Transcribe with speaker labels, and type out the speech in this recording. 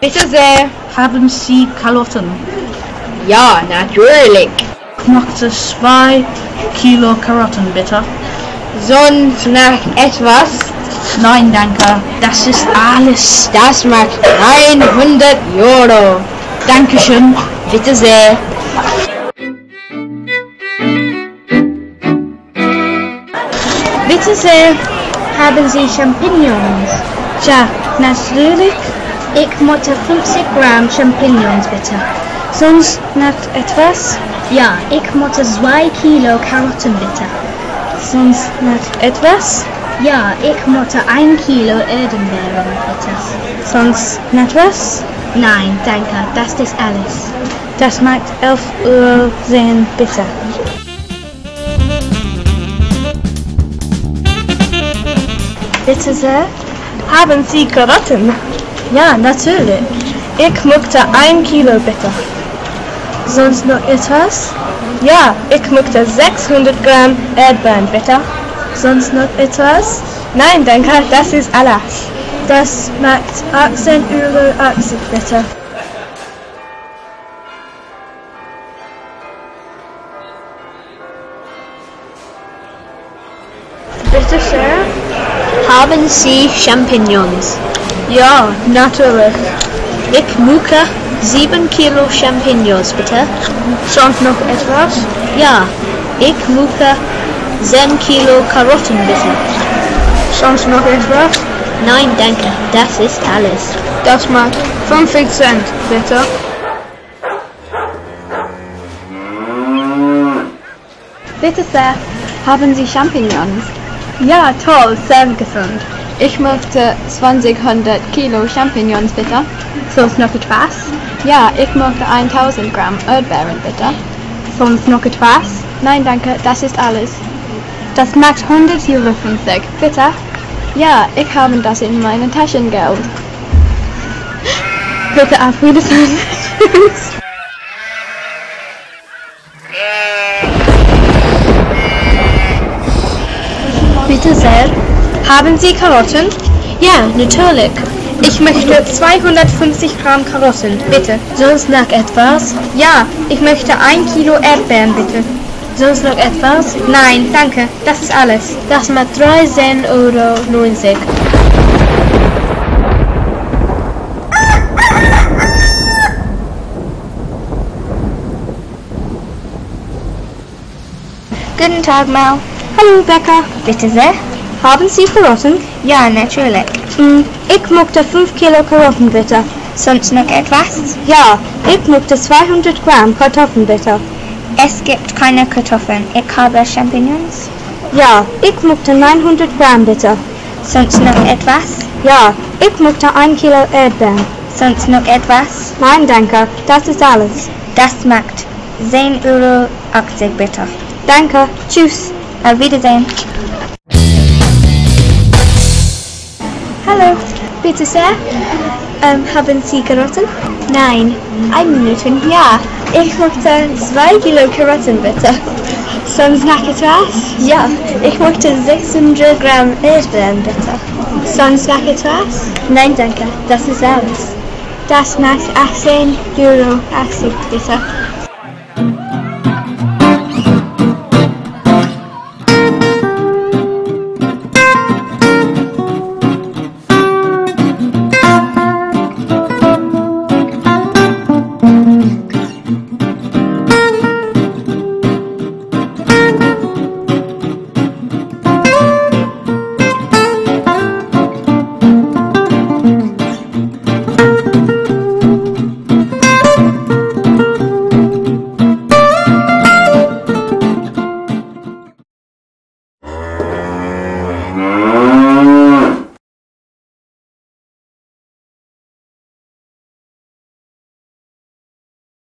Speaker 1: Bitte sehr.
Speaker 2: Haben Sie Kartoffeln?
Speaker 1: Ja, natürlich.
Speaker 2: Ich möchte zwei Kilo Karotten, bitte.
Speaker 1: Sonst nach etwas.
Speaker 2: Nein, danke. Das ist alles.
Speaker 1: Das macht 100 Euro.
Speaker 2: Dankeschön.
Speaker 1: Bitte sehr.
Speaker 3: Bitte sehr. Haben Sie Champignons?
Speaker 2: Ja, natürlich.
Speaker 3: Ich möchte 50 Gramm Champignons bitte.
Speaker 2: Sonst noch etwas?
Speaker 3: Ja, ich möchte 2 Kilo Karotten bitte.
Speaker 2: Sonst noch etwas?
Speaker 3: Ja, ich möchte 1 Kilo Erdbeeren bitte.
Speaker 2: Sonst noch was?
Speaker 3: Nein, danke, das ist alles.
Speaker 2: Das macht 11 Uhr sehen, bitte.
Speaker 4: Bitte sehr.
Speaker 2: Haben Sie Karotten?
Speaker 4: Ja, natürlich.
Speaker 2: Ich möchte ein Kilo bitte.
Speaker 4: Sonst noch etwas?
Speaker 2: Ja, ich möchte 600 Gramm Erdbeeren bitte.
Speaker 4: Sonst noch etwas?
Speaker 2: Nein, danke, das ist alles.
Speaker 4: Das macht 18 Euro 80 bitte.
Speaker 2: Bitte schön.
Speaker 5: Haben Sie Champignons?
Speaker 2: Ja, natürlich.
Speaker 5: Ich möchte 7 Kilo Champignons, bitte.
Speaker 2: Sonst noch etwas?
Speaker 5: Ja, ich möchte 10 Kilo Karotten, bitte.
Speaker 2: Sonst noch etwas?
Speaker 5: Nein, danke, das ist alles.
Speaker 2: Das macht 50 Cent, bitte.
Speaker 6: Bitte sehr, haben Sie Champignons?
Speaker 4: Ja, toll, sehr gesund.
Speaker 6: Ich möchte 200 Kilo Champignons bitte.
Speaker 4: Sonst noch etwas?
Speaker 6: Ja, ich möchte 1000 Gramm Erdbeeren bitte.
Speaker 4: Sonst noch etwas?
Speaker 6: Nein, danke, das ist alles.
Speaker 4: Das macht 100 Euro 50, bitte.
Speaker 6: Ja, ich habe das in meinem Taschengeld.
Speaker 4: Bitte auf Wiedersehen.
Speaker 6: Bitte sehr.
Speaker 2: Haben Sie Karotten?
Speaker 6: Ja, natürlich.
Speaker 2: Ich möchte 250 Gramm Karotten, bitte.
Speaker 6: Sonst noch etwas?
Speaker 2: Ja, ich möchte ein Kilo Erdbeeren, bitte.
Speaker 6: Sonst noch etwas?
Speaker 2: Nein, danke, das ist alles.
Speaker 6: Das macht 13,90 Euro.
Speaker 7: Guten Tag, Mel.
Speaker 2: Hallo, Becca.
Speaker 7: Bitte sehr.
Speaker 2: Haben Sie Karotten?
Speaker 7: Ja, natürlich.
Speaker 2: Hm, Ich möchte 5 Kilo Karotten, bitte.
Speaker 7: Sonst noch etwas?
Speaker 2: Ja, ich möchte 200 Gramm Kartoffeln, bitte.
Speaker 7: Es gibt keine Kartoffeln. Ich habe Champignons.
Speaker 2: Ja, ich möchte 900 Gramm, bitte.
Speaker 7: Sonst noch etwas?
Speaker 2: Ja, ich möchte 1 Kilo Erdbeeren.
Speaker 7: Sonst noch etwas?
Speaker 2: Nein, danke, das ist alles.
Speaker 7: Das macht 10,80 Euro bitte.
Speaker 2: Danke, tschüss.
Speaker 7: Auf Wiedersehen.
Speaker 3: Hallo, bitte sehr. Ähm, haben Sie Karotten?
Speaker 7: Nein,
Speaker 3: Ein Minute, ja. Ich möchte zwei Kilo Karotten bitte.
Speaker 7: sonst noch etwas?
Speaker 3: Ja, ich möchte 600 Gramm Erdbeeren bitte.
Speaker 7: Sonst noch etwas?
Speaker 3: Nein, danke, das ist alles.
Speaker 7: Das macht 18,80 Euro bitte.